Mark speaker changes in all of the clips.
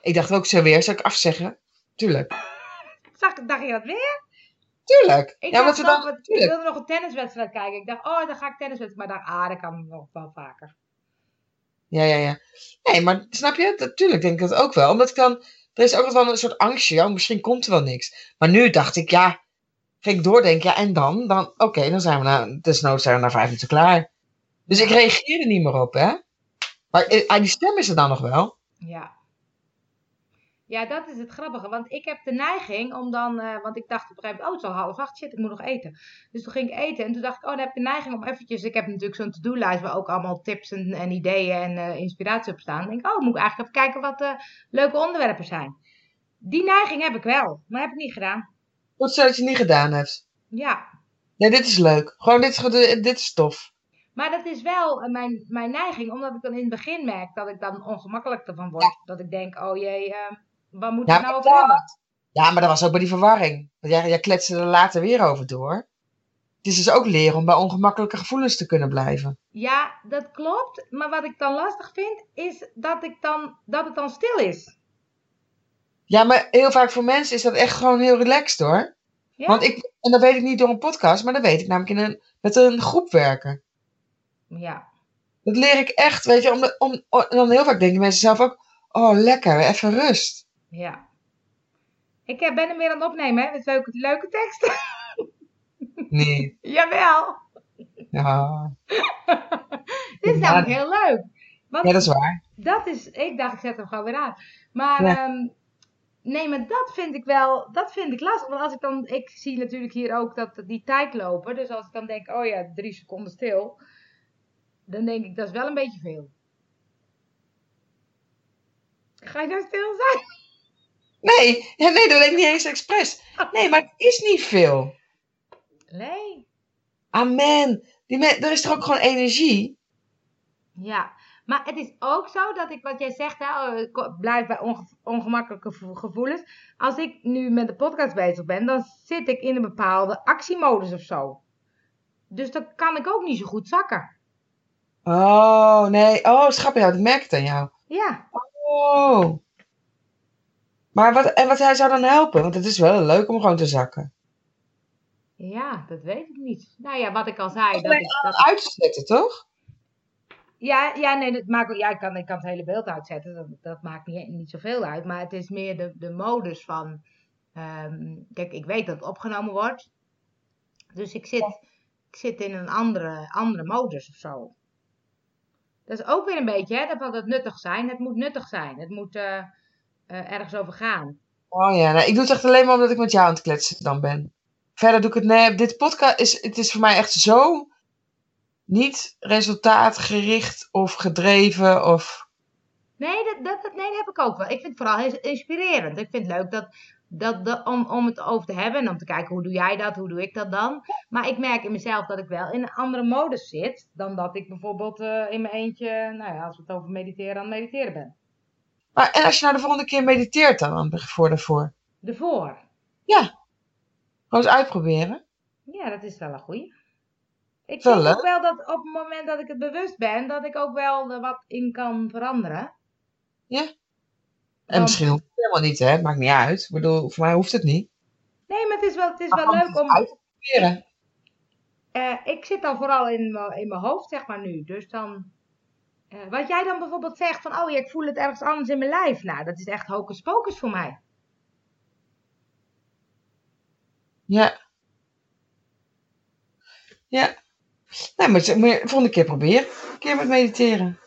Speaker 1: Ik dacht ook zo weer, zou ik afzeggen? Tuurlijk.
Speaker 2: Zag, dacht je dat weer?
Speaker 1: Tuurlijk.
Speaker 2: Ik,
Speaker 1: ja, omdat
Speaker 2: dacht
Speaker 1: ze
Speaker 2: nog,
Speaker 1: dan...
Speaker 2: wat- ik
Speaker 1: tuurlijk.
Speaker 2: wilde nog een tenniswedstrijd kijken. Ik dacht, oh, dan ga ik tenniswedstrijd. Maar dan, ah, dat kan nog wel vaker.
Speaker 1: Ja, ja, ja. Nee, maar snap je? Dat- Tuurlijk denk ik dat ook wel. Omdat ik dan... Er is ook altijd wel een soort angstje. Ja, misschien komt er wel niks. Maar nu dacht ik, ja... Ging ik doordenken. Ja, en dan? dan Oké, dan zijn we na... Desnoods zijn we na vijf minuten klaar. Dus ik reageerde niet meer op, hè? Maar eh, ah, die stem is er dan nog wel.
Speaker 2: Ja. Ja, dat is het grappige. Want ik heb de neiging om dan... eh, want ik dacht op een gegeven moment... Oh, het is al half acht. Shit, ik moet nog eten. Dus toen ging ik eten. En toen dacht ik... Oh, dan heb ik de neiging om eventjes... Ik heb natuurlijk zo'n to-do-lijst... Waar ook allemaal tips en, en ideeën en eh, inspiratie op staan. Dan denk ik... Oh, moet ik eigenlijk even kijken wat eh, leuke onderwerpen zijn. Die neiging heb ik wel. Maar heb ik niet gedaan.
Speaker 1: Goed zo dat je het niet gedaan hebt.
Speaker 2: Ja.
Speaker 1: Nee, dit is leuk. Gewoon, dit is, goed- dit is tof.
Speaker 2: Maar dat is wel eh, mijn, mijn neiging, omdat ik dan in het begin merk dat ik dan ongemakkelijk ervan word. Dat ik denk, oh jee, eh waar moet ik
Speaker 1: Ja,
Speaker 2: nou
Speaker 1: maar
Speaker 2: over hebben?
Speaker 1: Ja, maar dat was ook bij die verwarring. Want jij, jij kletste er later weer over door. Het is dus ook leren om bij ongemakkelijke gevoelens te kunnen blijven.
Speaker 2: Ja, dat klopt. Maar wat ik dan lastig vind, is dat, ik dan, dat het dan stil is.
Speaker 1: Ja, maar heel vaak voor mensen is dat echt gewoon heel relaxed hoor.
Speaker 2: Ja?
Speaker 1: Want ik, en dat weet ik niet door een podcast, maar dat weet ik namelijk in een, met een groep werken.
Speaker 2: ja. dat
Speaker 1: Dat leer ik echt, weet je. Om, de- om, o- en dan heel vaak denken mensen zelf ook, oh lekker, even rust.
Speaker 2: ja. Ik eh, ben hem weer aan het opnemen, hè, met leuke, leuke teksten.
Speaker 1: Nee.
Speaker 2: Jawel.
Speaker 1: Ja,
Speaker 2: Dit
Speaker 1: Ja.
Speaker 2: is namelijk heel leuk. Want
Speaker 1: ja dat is waar.
Speaker 2: Dat is, ik dacht, ik zet hem gewoon weer aan. Maar
Speaker 1: Ja.
Speaker 2: ehm, nee, maar dat vind ik wel, dat vind ik lastig. Want als ik dan, ik zie natuurlijk hier ook dat die tijd lopen. Dus als ik dan denk, oh ja, drie seconden stil. Dan denk ik, dat is wel een beetje veel. Ga je nou stil zijn?
Speaker 1: Nee, ja, nee, dat weet ik niet eens expres. Nee, maar het is niet veel.
Speaker 2: Nee.
Speaker 1: Amen. Die men, er is toch ook gewoon energie?
Speaker 2: Ja. Maar het is ook zo dat ik, wat jij zegt, hè, oh, ik ko- blijf bij onge- ongemakkelijke gevo- gevoelens. Als ik nu met de podcast bezig ben, dan zit ik in een bepaalde actiemodus of zo. Dus dan kan ik ook niet zo goed zakken.
Speaker 1: Oh, nee. Oh, schrap jou, dat merk ik aan jou.
Speaker 2: Ja,
Speaker 1: Oh. Maar wat, en wat hij zou dan helpen? Want het is wel leuk om gewoon te zakken.
Speaker 2: ja, dat weet ik niet. Nou ja, wat ik al zei. Dat
Speaker 1: ben
Speaker 2: ik, dat-
Speaker 1: Uit te zetten, toch?
Speaker 2: ja, ja, nee, dat maakt, ja ik, kan, ik kan het hele beeld uitzetten. Dat, dat maakt niet, niet zoveel uit. Maar het is meer de, de modus van. ehm, kijk, ik weet dat het opgenomen wordt. Dus ik zit, ik zit in een andere, andere modus of zo. Dat is ook weer een beetje, hè? Dat wil dat nuttig zijn. Het moet nuttig zijn. Het moet eh, eh, ergens over gaan.
Speaker 1: Oh ja, nou, ik doe het echt alleen maar omdat ik met jou aan het kletsen dan ben. Verder doe ik het... Nee, dit podcast is, het is voor mij echt zo niet resultaatgericht of gedreven of...
Speaker 2: Nee, dat, dat, dat- nee, dat heb ik ook wel. Ik vind het vooral heel inspirerend. Ik vind het leuk dat, dat, dat- om, om het over te hebben en om te kijken hoe doe jij dat, hoe doe ik dat dan. Maar ik merk in mezelf dat ik wel in een andere modus zit dan dat ik bijvoorbeeld eh, in mijn eentje, nou ja, als we het over mediteren, aan het mediteren ben.
Speaker 1: Maar, en als je nou de volgende keer mediteert dan, aan- voor daarvoor?
Speaker 2: Ervoor.
Speaker 1: Gewoon eens uitproberen.
Speaker 2: Ja, dat is wel een goeie. Ik
Speaker 1: Wel,
Speaker 2: vind
Speaker 1: hè?
Speaker 2: ook wel dat op het moment dat ik het bewust ben, dat ik ook wel er wat in kan veranderen.
Speaker 1: En
Speaker 2: Want-
Speaker 1: misschien hoeft het helemaal niet, hè? Maakt niet uit. Ik bedoel, voor mij hoeft het niet.
Speaker 2: Nee, maar het is wel, Ah, het is wel
Speaker 1: Maar
Speaker 2: leuk om,
Speaker 1: uit te proberen.
Speaker 2: Eh, ik zit dan vooral in, mijn- in mijn hoofd, zeg maar nu. Dus dan. eh, wat jij dan bijvoorbeeld zegt van, oh ja, ik voel het ergens anders in mijn lijf. Nou, dat is echt hocus pocus voor mij.
Speaker 1: Ja. Ja. Nee, maar het- moet je- volgende keer probeer. Een keer met mediteren.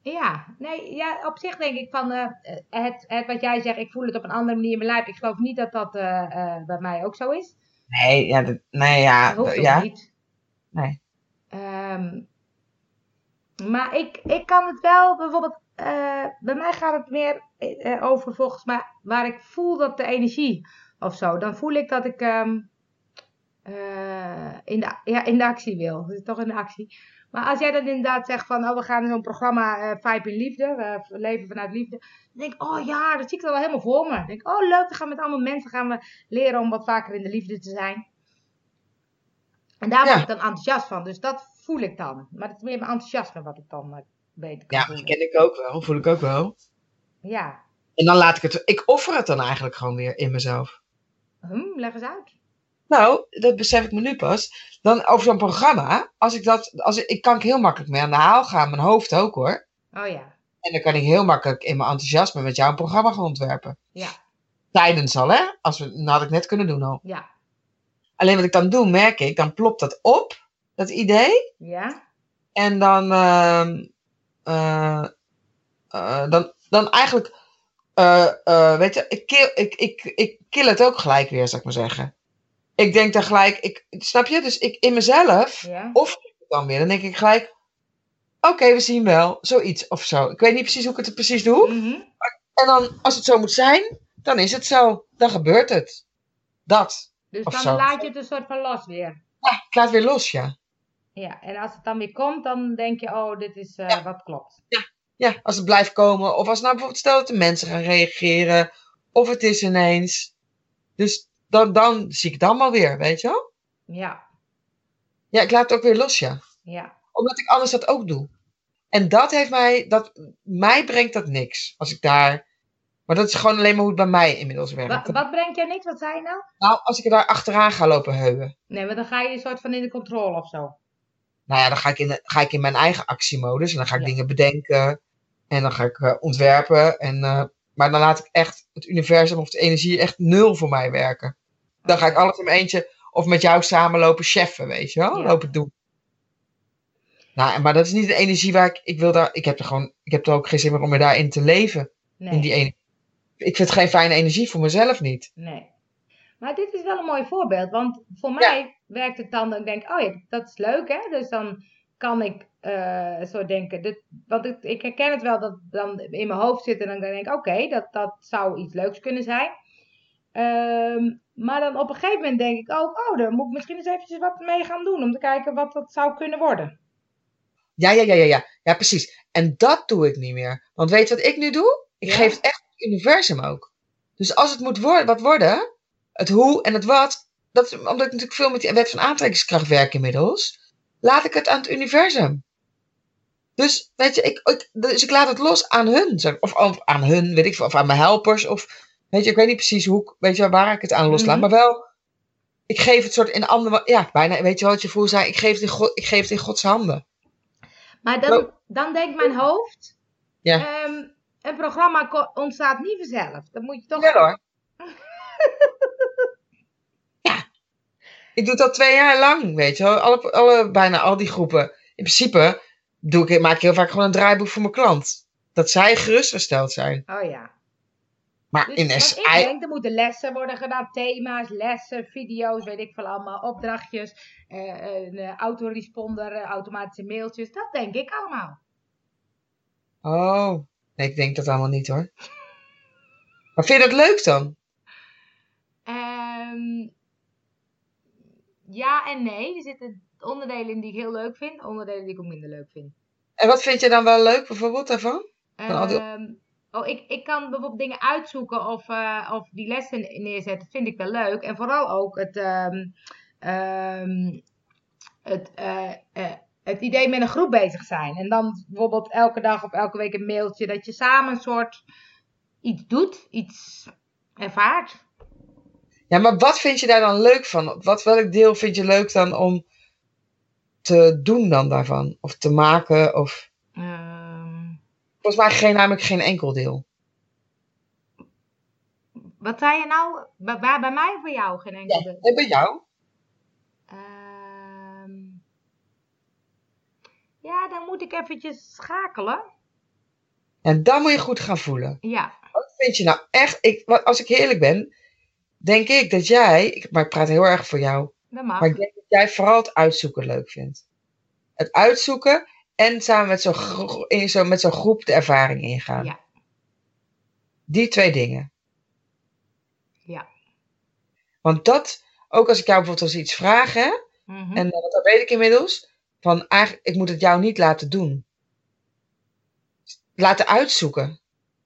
Speaker 2: Ja, nee, ja, op zich denk ik van, eh, eh, het, het wat jij zegt, ik voel het op een andere manier in mijn lijf. Ik geloof niet dat dat eh, eh, bij mij ook zo is.
Speaker 1: Nee, ja, dat- nee, ja,
Speaker 2: Dat hoeft
Speaker 1: d-
Speaker 2: ook
Speaker 1: ja.
Speaker 2: niet.
Speaker 1: Nee.
Speaker 2: Ehm, maar ik, ik kan het wel bijvoorbeeld. eh, bij mij gaat het meer eh, eh, over volgens mij waar ik voel dat de energie of zo. Dan voel ik dat ik ehm, eh, in, de, ja, in de actie wil. Dus toch in de actie. Maar als jij dan inderdaad zegt van, oh, we gaan in zo'n programma eh Vibe in Liefde, eh, Leven vanuit Liefde. Dan denk ik, oh ja, dat zie ik dan wel helemaal voor me. Dan denk ik, oh leuk, we gaan met allemaal mensen gaan we leren om wat vaker in de liefde te zijn. En daar
Speaker 1: Ja.
Speaker 2: word ik dan enthousiast van. Dus dat voel ik dan. Maar het is meer mijn enthousiasme wat ik dan eh, beter kan
Speaker 1: Ja,
Speaker 2: voelen.
Speaker 1: dat ken ik ook wel, voel ik ook wel.
Speaker 2: Ja.
Speaker 1: En dan laat ik het, ik offer het dan eigenlijk gewoon weer in mezelf.
Speaker 2: Hm, leg eens uit.
Speaker 1: Nou, dat besef ik me nu pas. Dan over zo'n programma, als ik dat, als ik, ik kan ik heel makkelijk mee aan de haal gaan, mijn hoofd ook hoor.
Speaker 2: Oh ja.
Speaker 1: En dan kan ik heel makkelijk in mijn enthousiasme met jou een programma gaan ontwerpen.
Speaker 2: Ja.
Speaker 1: Tijdens al, hè? Als we, nou, had ik net kunnen doen al.
Speaker 2: Ja.
Speaker 1: Alleen wat ik dan doe, merk ik, dan plopt dat op, dat idee.
Speaker 2: Ja.
Speaker 1: En dan, ehm, eh, eh, dan, dan eigenlijk, eh, eh, weet je, ik kill, ik, ik, ik kill het ook gelijk weer, zou ik maar zeggen. Ik denk dan gelijk, ik, snap je? Dus ik in mezelf
Speaker 2: Ja.
Speaker 1: dan weer, dan denk ik gelijk, oké, we zien wel, zoiets of zo. Ik weet niet precies hoe ik het precies doe.
Speaker 2: Mhm.
Speaker 1: En dan, als het zo moet zijn, dan is het zo. Dan gebeurt het. Dat.
Speaker 2: Dus
Speaker 1: Of
Speaker 2: dan
Speaker 1: zo.
Speaker 2: laat je het een soort van los weer.
Speaker 1: Ja, ik laat weer los, ja.
Speaker 2: Ja. En als het dan weer komt, dan denk je, oh, dit is eh,
Speaker 1: Ja.
Speaker 2: wat klopt.
Speaker 1: Ja, als het blijft komen. Of als nou bijvoorbeeld stel dat de mensen gaan reageren. Of het is ineens. Dus dan, dan zie ik het allemaal weer, weet je wel?
Speaker 2: Ja.
Speaker 1: Ja, ik laat het ook weer los, ja.
Speaker 2: Ja.
Speaker 1: Omdat ik anders dat ook doe. En dat heeft mij, dat, mij brengt dat niks. Als ik daar, maar dat is gewoon alleen maar hoe het bij mij inmiddels werkt.
Speaker 2: Wa- wat brengt jou niks? Wat zei je nou?
Speaker 1: Nou, als ik er daar achteraan ga lopen heuwen.
Speaker 2: Nee, maar dan ga je een soort van in de controle of zo.
Speaker 1: Nou ja, dan ga ik in, ga ik in mijn eigen actiemodus. En dan ga ik
Speaker 2: Ja.
Speaker 1: dingen bedenken. En dan ga ik eh, ontwerpen. En, eh, maar dan laat ik echt het universum of de energie echt nul voor mij werken. Dan ga ik alles in mijn eentje of met jou samen lopen cheffen, weet je wel?
Speaker 2: Ja.
Speaker 1: Lopen doen. Nou, en- maar dat is niet de energie waar ik... Ik, wil daar, ik heb er gewoon... Ik heb er ook geen zin meer om me daarin te leven.
Speaker 2: Nee.
Speaker 1: In die energie. Ik vind het geen fijne energie voor mezelf niet.
Speaker 2: Nee. Maar dit is wel een mooi voorbeeld, want voor
Speaker 1: Ja.
Speaker 2: mij werkt het dan dat ik denk, oh ja, dat is leuk hè. Dus dan kan ik eh, zo denken, dit, want ik, ik herken het wel dat het dan in mijn hoofd zit en dan denk ik, oké, dat, dat zou iets leuks kunnen zijn. Ehm, maar dan op een gegeven moment denk ik ook, oh, daar moet ik misschien eens eventjes wat mee gaan doen om te kijken wat dat zou kunnen worden.
Speaker 1: Ja, ja, ja, ja, ja. Ja, precies. En dat doe ik niet meer. Want weet je wat ik nu doe? Ik
Speaker 2: Ja.
Speaker 1: geef het echt het universum ook. Dus als het moet worden, wat worden, het hoe en het wat, dat, is omdat ik natuurlijk veel met die wet van aantrekkingskracht werk inmiddels, laat ik het aan het universum. Dus, weet je, ik, ik, dus ik laat het los aan hun. zeg- Of, of aan hun, weet ik veel, of aan mijn helpers. Of, weet je, ik weet niet precies hoe, ik- weet je, waar ik het aan loslaat.
Speaker 2: Mhm.
Speaker 1: Maar wel, ik geef het soort in andere, ja, bijna, weet je wel wat je voelt zei, ik geef het in, God, ik geef het in Gods handen.
Speaker 2: Maar
Speaker 1: Nou.
Speaker 2: dan, dan denkt mijn hoofd,
Speaker 1: Ja.
Speaker 2: ehm, een programma ko- ontstaat niet vanzelf. Dat moet je toch...
Speaker 1: Ja hoor. ja. Ik doe dat twee jaar lang, weet je wel. Alle, alle, bijna al die groepen. In principe doe ik, maak ik heel vaak gewoon een draaiboek voor mijn klant. Dat zij gerustgesteld zijn.
Speaker 2: Oh ja.
Speaker 1: Maar
Speaker 2: Dus
Speaker 1: in
Speaker 2: wat
Speaker 1: SI...
Speaker 2: ik denk, er moeten lessen worden gedaan, thema's, lessen, video's, weet ik veel allemaal, opdrachtjes, eh, een eh, autoresponder, eh, automatische mailtjes, dat denk ik allemaal.
Speaker 1: Oh, nee, ik denk dat allemaal niet hoor. Maar vind je dat leuk dan?
Speaker 2: Ehm, ja en nee, er zitten onderdelen in die ik heel leuk vind, onderdelen die ik ook minder leuk vind.
Speaker 1: En wat vind je dan wel leuk bijvoorbeeld daarvan? Van al die-
Speaker 2: Ehm, oh, ik, ik kan bijvoorbeeld dingen uitzoeken of, eh, of die lessen neerzetten, vind ik wel leuk. En vooral ook het, ehm, ehm, het, eh, eh, het idee met een groep bezig zijn. En dan bijvoorbeeld elke dag of elke week een mailtje dat je samen een soort iets doet, iets ervaart.
Speaker 1: Ja, maar wat vind je daar dan leuk van? Wat, welk deel vind je leuk dan om te doen dan daarvan? Of te maken? Of...
Speaker 2: Ehm,
Speaker 1: Volgens mij geen, namelijk geen enkel deel.
Speaker 2: wat zei je nou? Bij, bij, bij mij of bij jou? Geen enkel
Speaker 1: Ja.
Speaker 2: deel.
Speaker 1: En bij jou?
Speaker 2: Ehm, ja, dan moet ik eventjes schakelen.
Speaker 1: En dan moet je goed gaan voelen.
Speaker 2: Ja.
Speaker 1: Wat vind je nou echt? Ik, wat- als ik eerlijk ben, denk ik dat jij, ik, maar ik praat heel erg voor jou,
Speaker 2: Dat mag.
Speaker 1: maar ik denk dat jij vooral het uitzoeken leuk vindt. Het uitzoeken en samen met zo'n gro- in zo'n- met zo'n groep de ervaring ingaan.
Speaker 2: Ja.
Speaker 1: Die twee dingen.
Speaker 2: Ja.
Speaker 1: Want dat, ook als ik jou bijvoorbeeld als iets vraag, hè,
Speaker 2: Mhm.
Speaker 1: En eh, want dat weet ik inmiddels. Van eigenlijk, ik moet het jou niet laten doen. Laten uitzoeken.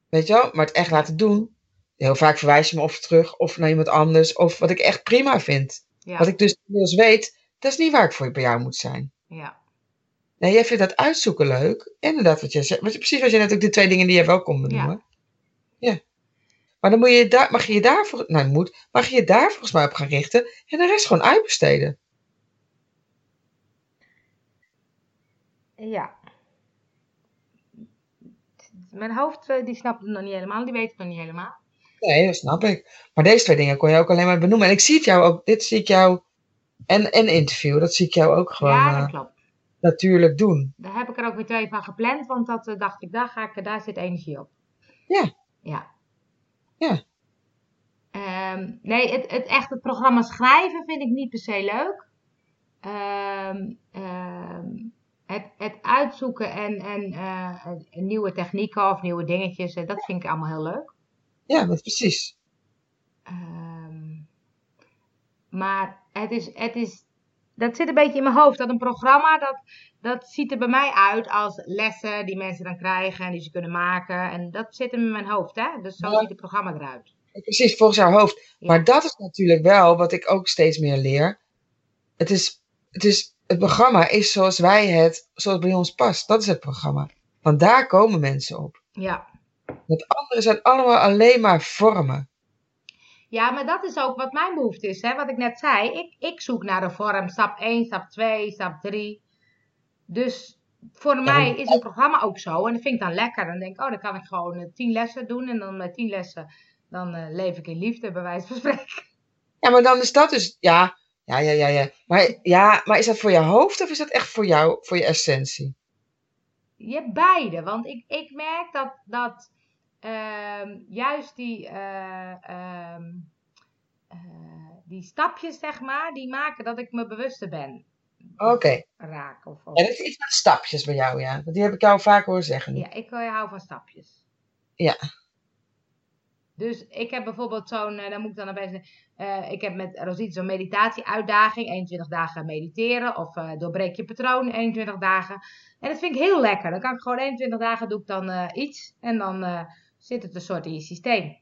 Speaker 1: Weet je wel? Maar het echt laten doen. Heel vaak verwijs je me of terug of naar iemand anders. Of wat ik echt prima vind.
Speaker 2: ja.
Speaker 1: Wat ik dus inmiddels weet, dat is niet waar ik voor bij jou moet zijn.
Speaker 2: ja.
Speaker 1: Nee, jij vindt dat uitzoeken leuk. Inderdaad, wat jij zegt. Wat je, precies wat je net ook de twee dingen die jij wel kon benoemen. Ja. Maar dan moet je je daar, mag je je daar, vol- nou, moet, mag je je daar volgens mij op gaan richten. En de rest gewoon uitbesteden.
Speaker 2: Ja. Mijn hoofd eh, die snapt het nog niet helemaal, die weet het nog niet helemaal.
Speaker 1: Nee, dat snap ik. Maar deze twee dingen kon je ook alleen maar benoemen. En ik zie het jou ook, dit zie ik jou, en, en interview, dat zie ik jou ook gewoon
Speaker 2: ja, dat
Speaker 1: eh,
Speaker 2: klopt.
Speaker 1: natuurlijk doen.
Speaker 2: Daar heb ik er ook weer twee van gepland, want dat eh, dacht ik, daar, ga ik, daar zit energie op.
Speaker 1: Ja.
Speaker 2: Ja.
Speaker 1: Ja.
Speaker 2: Ehm, nee, het, het echt het programma schrijven vind ik niet per se leuk. Ehm, ehm, het, het uitzoeken en, en eh, en nieuwe technieken of nieuwe dingetjes, eh, dat vind ik allemaal heel leuk.
Speaker 1: Ja, dat precies.
Speaker 2: Ehm, maar het is, het is, dat zit een beetje in mijn hoofd. Dat een programma, dat, dat ziet er bij mij uit als lessen die mensen dan krijgen en die ze kunnen maken. En dat zit hem in mijn hoofd, hè? Dus zo
Speaker 1: Ja.
Speaker 2: ziet het programma eruit.
Speaker 1: Precies, volgens jouw hoofd.
Speaker 2: Ja.
Speaker 1: Maar dat is natuurlijk wel wat ik ook steeds meer leer. Het is, het is, het programma is zoals wij het, zoals bij ons past. Dat is het programma. Want daar komen mensen op.
Speaker 2: Ja.
Speaker 1: Het andere zijn allemaal alleen maar vormen.
Speaker 2: ja, maar dat is ook wat mijn behoefte is, hè? Wat ik net zei. Ik, ik zoek naar de vorm, stap 1, stap 2, stap 3. Dus voor mij is een programma ook zo. En dat vind ik dan lekker. Dan denk ik, oh, dan kan ik gewoon eh, 10 lessen doen. En dan met 10 lessen, dan eh, leef ik in liefde, bij wijze van spreken.
Speaker 1: Ja, maar dan is dat dus, ja, ja, ja, ja, ja. Maar, ja, maar is dat voor je hoofd of is dat echt voor jou, voor je essentie?
Speaker 2: Je hebt beide, want ik, ik merk dat, dat ehm, juist die, eh, ehm, eh, die stapjes, zeg maar, die maken dat ik me bewuster ben.
Speaker 1: Oké.
Speaker 2: Raak. Of, of-
Speaker 1: Ja, dat is iets met stapjes bij jou, ja. Want die heb ik jou vaak horen zeggen.
Speaker 2: Ja, ik eh, hou van stapjes.
Speaker 1: Ja.
Speaker 2: Dus ik heb bijvoorbeeld zo'n, eh, daar moet ik dan bij zeggen, eh, ik heb met Rosita zo'n meditatie-uitdaging, 21 dagen mediteren of eh, doorbreek je patroon 21 dagen. En dat vind ik heel lekker. Dan kan ik gewoon 21 dagen doe ik dan eh, iets en dan eh, zit het een soort in je systeem.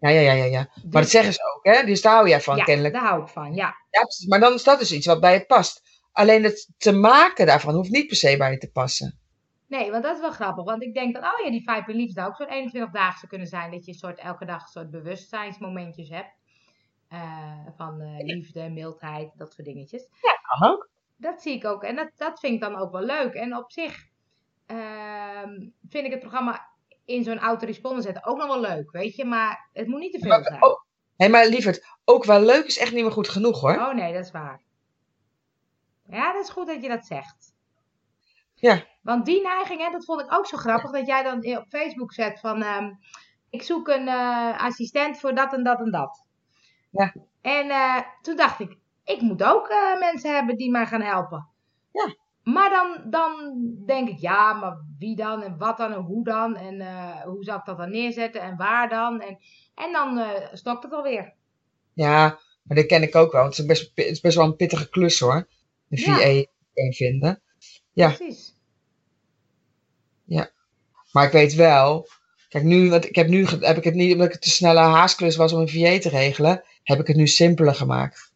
Speaker 1: Ja, ja, ja, ja. ja. Maar dat
Speaker 2: Dus-
Speaker 1: zeggen ze ook, hè? Dus daar hou jij van,
Speaker 2: ja,
Speaker 1: kennelijk.
Speaker 2: daar hou ik van, ja.
Speaker 1: Ja, precies. Maar dan is dat dus iets wat bij je past. Alleen het te maken daarvan hoeft niet per se bij je te passen.
Speaker 2: Nee, want dat is wel grappig. Want ik denk dat, oh ja, die vijf beliefs zou ook zo'n 21 dagen zou kunnen zijn. Dat je soort, elke dag een soort bewustzijnsmomentjes hebt. Eh, van eh, liefde, mildheid, dat soort dingetjes.
Speaker 1: Kan ook.
Speaker 2: Dat zie ik ook. En dat, dat vind ik dan ook wel leuk. En op zich ehm, vind ik het programma in zo'n autoresponder zetten ook nog wel leuk, weet je. Maar het moet niet te veel zijn.
Speaker 1: Ook- Hé, maar lieverd, ook wel leuk is echt niet meer goed genoeg, hoor.
Speaker 2: Oh nee, dat is waar. Ja, dat is goed dat je dat zegt.
Speaker 1: Ja.
Speaker 2: Want die neiging, hè, dat vond ik ook zo grappig, dat jij dan op Facebook zet van... ehm, ik zoek een eh, assistent voor dat en dat en dat.
Speaker 1: Ja.
Speaker 2: En eh, toen dacht ik, ik moet ook eh, mensen hebben die mij gaan helpen.
Speaker 1: Ja.
Speaker 2: Maar dan, dan denk ik, ja, maar wie dan en wat dan en hoe dan en eh, hoe zou ik dat dan neerzetten en waar dan? En, en dan eh stokt het alweer.
Speaker 1: Ja, maar dat ken ik ook wel. Het is best, het is best wel een pittige klus, hoor. Een
Speaker 2: Ja.
Speaker 1: VA vinden. Ja.
Speaker 2: Precies.
Speaker 1: Maar ik weet wel... Kijk, nu, want ik heb, nu, ge- heb ik het niet omdat ik het te snelle haasklus was om een VA te regelen... heb ik het nu simpeler gemaakt.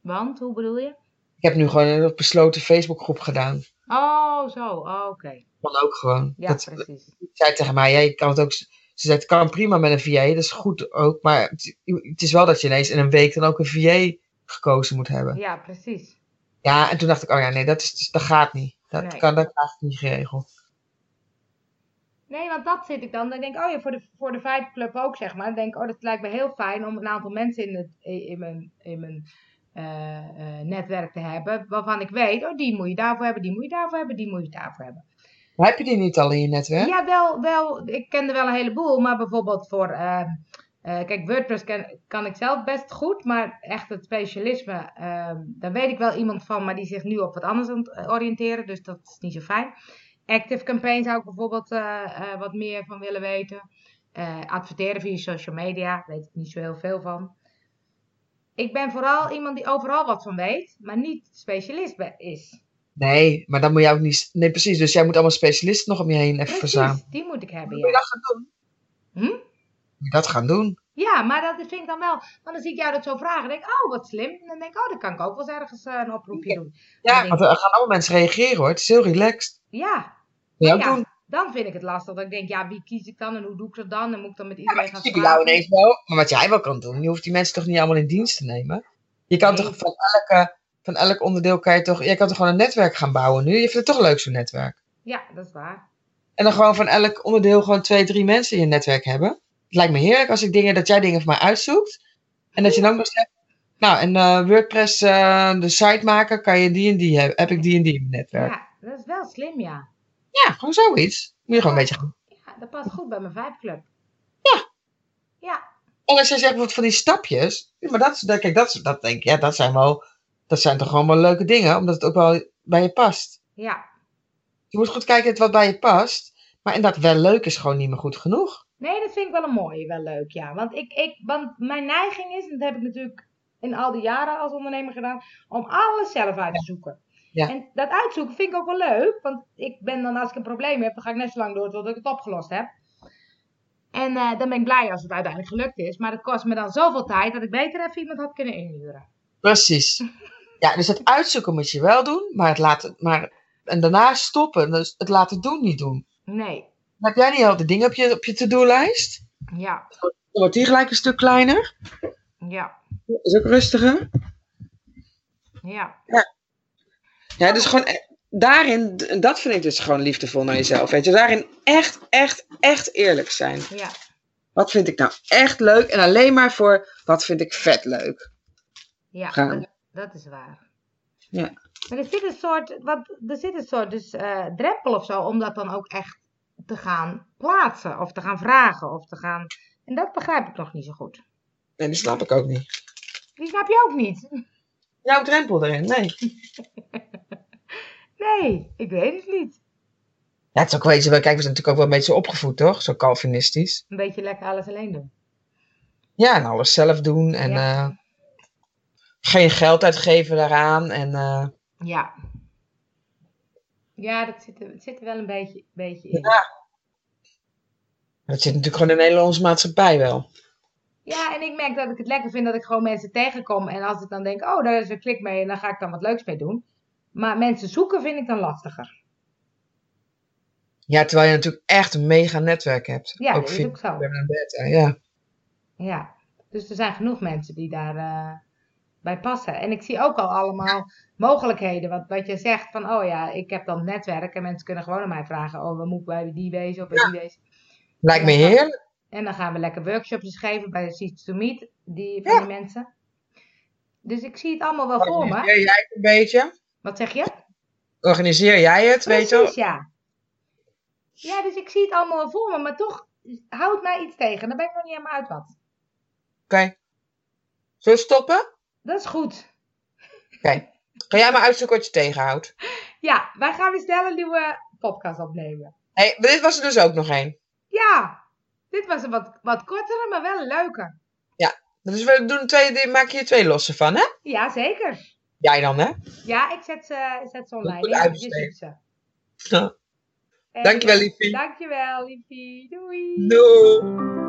Speaker 2: Want, hoe bedoel je?
Speaker 1: Ik heb nu gewoon een besloten Facebookgroep gedaan.
Speaker 2: Oh, zo. Oh, oké.
Speaker 1: Kan ook gewoon.
Speaker 2: Ja,
Speaker 1: Dat-
Speaker 2: precies.
Speaker 1: zei tegen mij, ja, je kan het ook. Ze zei, het kan prima met een VA, dat is goed ook. Maar het, het is wel dat je ineens in een week dan ook een VA gekozen moet hebben.
Speaker 2: Ja, precies.
Speaker 1: Ja, en toen dacht ik, oh ja, nee, dat, is, dat gaat niet. Dat
Speaker 2: Nee.
Speaker 1: kan dat krijg ik niet geregeld.
Speaker 2: Nee, want dat zit ik dan. Dan denk ik, oh ja, voor de, voor de Vibe Club ook, zeg maar. Dan denk ik, oh, dat lijkt me heel fijn om een aantal mensen in, het, in mijn, in mijn eh, eh, netwerk te hebben. Waarvan ik weet, oh, die moet je daarvoor hebben, die moet je daarvoor hebben, die moet je daarvoor hebben.
Speaker 1: Maar heb je die niet al in je netwerk?
Speaker 2: Ja, wel, wel. Ik kende wel een heleboel, maar bijvoorbeeld voor. eh, eh, kijk, WordPress ken- kan ik zelf best goed, maar echt het specialisme, ehm, daar weet ik wel iemand van, maar die zich nu op wat anders aan het eh, oriënteren, dus dat is niet zo fijn. Active campaign zou ik bijvoorbeeld eh, eh, wat meer van willen weten. Eh, adverteren via social media, weet ik niet zo heel veel van. Ik ben vooral iemand die overal wat van weet, maar niet specialist be- is.
Speaker 1: Nee, maar dan moet je ook niet. Nee, precies. Dus jij moet allemaal specialisten nog om je heen even verzamelen.
Speaker 2: Precies, die moet ik hebben,
Speaker 1: Moet je
Speaker 2: ja.
Speaker 1: dat gaan doen?
Speaker 2: Hm?
Speaker 1: Moet je dat gaan doen?
Speaker 2: Ja, maar dat vind ik dan wel. Want dan zie ik jou dat zo vragen. Dan denk ik, oh, wat slim. En dan denk ik, oh, dan kan ik ook wel eens ergens eh, een oproepje doen.
Speaker 1: Ja, want er gaan allemaal mensen reageren hoor. Het is heel relaxed.
Speaker 2: Ja,
Speaker 1: Wil je ook
Speaker 2: Maar ja,
Speaker 1: doen?
Speaker 2: dan vind ik het lastig. Dat ik denk, ja, wie kies ik dan en hoe doe ik dat dan? En moet ik dan met
Speaker 1: Ja, maar
Speaker 2: iedereen
Speaker 1: ik
Speaker 2: gaan
Speaker 1: zie bij jou
Speaker 2: slapen?
Speaker 1: ineens wel. Maar wat jij wel kan doen, je hoeft die mensen toch niet allemaal in dienst te nemen. Je kan
Speaker 2: Nee.
Speaker 1: toch van, elke, van elk onderdeel kan je toch. Jij kan toch gewoon een netwerk gaan bouwen nu. Je vindt het toch leuk zo'n netwerk.
Speaker 2: Ja, dat is waar.
Speaker 1: En dan gewoon van elk onderdeel gewoon twee, drie mensen in je netwerk hebben. Het lijkt me heerlijk als ik dingen, dat jij dingen voor mij uitzoekt. En dat je dan ook nog zegt. Nou, en eh, WordPress, eh, de site maken, kan je die en die hebben. Heb ik die en die in mijn netwerk.
Speaker 2: Ja, dat is wel slim, ja.
Speaker 1: Ja, gewoon zoiets. Moet je gewoon een beetje gaan.
Speaker 2: Ja, dat past goed bij mijn vijfclub.
Speaker 1: En als jij zegt bijvoorbeeld van die stapjes. ja, Maar dat, is- dat, kijk, dat, is- dat denk ik, ja, dat zijn wel. Dat zijn toch gewoon wel leuke dingen, omdat het ook wel bij je past.
Speaker 2: Ja.
Speaker 1: Je moet goed kijken wat bij je past. Maar inderdaad, wel leuk is gewoon niet meer goed genoeg.
Speaker 2: Nee, dat vind ik wel een mooie, wel leuk, ja. Want, ik, ik, want mijn neiging is, en dat heb ik natuurlijk in al die jaren als ondernemer gedaan, om alles zelf uit te zoeken.
Speaker 1: Ja.
Speaker 2: En dat uitzoeken vind ik ook wel leuk, want ik ben dan als ik een probleem heb, dan ga ik net zo lang door tot ik het opgelost heb. En eh, dan ben ik blij als het uiteindelijk gelukt is, maar dat kost me dan zoveel tijd dat ik beter even iemand had kunnen inhuren.
Speaker 1: Precies. Ja, dus het uitzoeken moet je wel doen, maar het laten. Maar, en daarna stoppen, dus het laten doen niet doen.
Speaker 2: Nee,
Speaker 1: Dan heb jij niet al de dingen op je, op je to-do-lijst?
Speaker 2: ja,
Speaker 1: Dan wordt die gelijk een stuk kleiner.
Speaker 2: ja,
Speaker 1: Is ook rustiger.
Speaker 2: ja.
Speaker 1: Ja, dus gewoon e- daarin, en dat vind ik dus gewoon liefdevol naar jezelf. Weet je, daarin echt, echt, echt eerlijk zijn.
Speaker 2: Ja,
Speaker 1: Wat vind ik nou echt leuk? En alleen maar voor wat vind ik vet leuk.
Speaker 2: ja
Speaker 1: Gaan.
Speaker 2: dat, dat is waar.
Speaker 1: Ja.
Speaker 2: Maar er zit een soort, wat, er zit een soort dus, eh, drempel of zo om dat dan ook echt te gaan plaatsen of te gaan vragen of te gaan. En dat begrijp ik nog niet zo goed.
Speaker 1: Nee, die snap ik ook niet.
Speaker 2: Die snap je ook niet.
Speaker 1: Jouw drempel erin, nee.
Speaker 2: Nee, ik weet het niet.
Speaker 1: Ja, het is ook wel iets, kijk, we zijn natuurlijk ook wel een beetje zo opgevoed, toch? Zo Calvinistisch.
Speaker 2: Een beetje lekker alles alleen doen.
Speaker 1: Ja, en alles zelf doen en eh, geen geld uitgeven daaraan. En eh,
Speaker 2: Ja. Ja, dat zit er, het zit er wel een beetje, beetje in.
Speaker 1: dat zit natuurlijk gewoon in de hele onze maatschappij wel.
Speaker 2: Ja, en ik merk dat ik het lekker vind dat ik gewoon mensen tegenkom. En als ik dan denk, oh, daar is een klik mee en dan ga ik dan wat leuks mee doen. Maar mensen zoeken vind ik dan lastiger.
Speaker 1: Ja, terwijl je natuurlijk echt een mega netwerk hebt.
Speaker 2: Ja,
Speaker 1: ook
Speaker 2: dat is
Speaker 1: via
Speaker 2: ook zo.
Speaker 1: Instagram en Beta, ja.
Speaker 2: Ja. Dus er zijn genoeg mensen die daar eh, bij passen. En ik zie ook al allemaal mogelijkheden. Want wat je zegt van, oh ja, ik heb dan netwerk en mensen kunnen gewoon aan mij vragen. Oh, dan moet ik bij die wezen of bij die wezen.
Speaker 1: Lijkt me heerlijk.
Speaker 2: En dan gaan we lekker workshops geven bij Seeds to Meet, die, van
Speaker 1: Ja.
Speaker 2: die mensen. Dus ik zie het allemaal wel voor me.
Speaker 1: Organiseer dus jij het een beetje?
Speaker 2: Wat zeg je?
Speaker 1: Organiseer jij het, weet je wel?
Speaker 2: Precies, ja. Ja, dus ik zie het allemaal wel voor me, maar toch houdt mij iets tegen. Dan ben ik nog niet helemaal uit wat.
Speaker 1: Oké. Zullen we stoppen?
Speaker 2: Dat is goed.
Speaker 1: Ga jij maar uitzoeken wat je tegenhoudt. Ja,
Speaker 2: Wij gaan weer snel een nieuwe podcast opnemen.
Speaker 1: hey, maar dit was er dus ook nog één.
Speaker 2: Ja, dit was een wat, wat kortere, maar wel een leuke.
Speaker 1: Dus we doen twee, die- maak je er twee losse van, hè?
Speaker 2: Ja, zeker.
Speaker 1: Jij dan, hè?
Speaker 2: Ja, ik zet ze, ik zet ze online.
Speaker 1: Goed
Speaker 2: neer, dus je
Speaker 1: uitbesteed.
Speaker 2: ziet ze.
Speaker 1: Ja.
Speaker 2: En-
Speaker 1: Dankjewel, liefie.
Speaker 2: Dankjewel, liefie. Doei.
Speaker 1: Doei.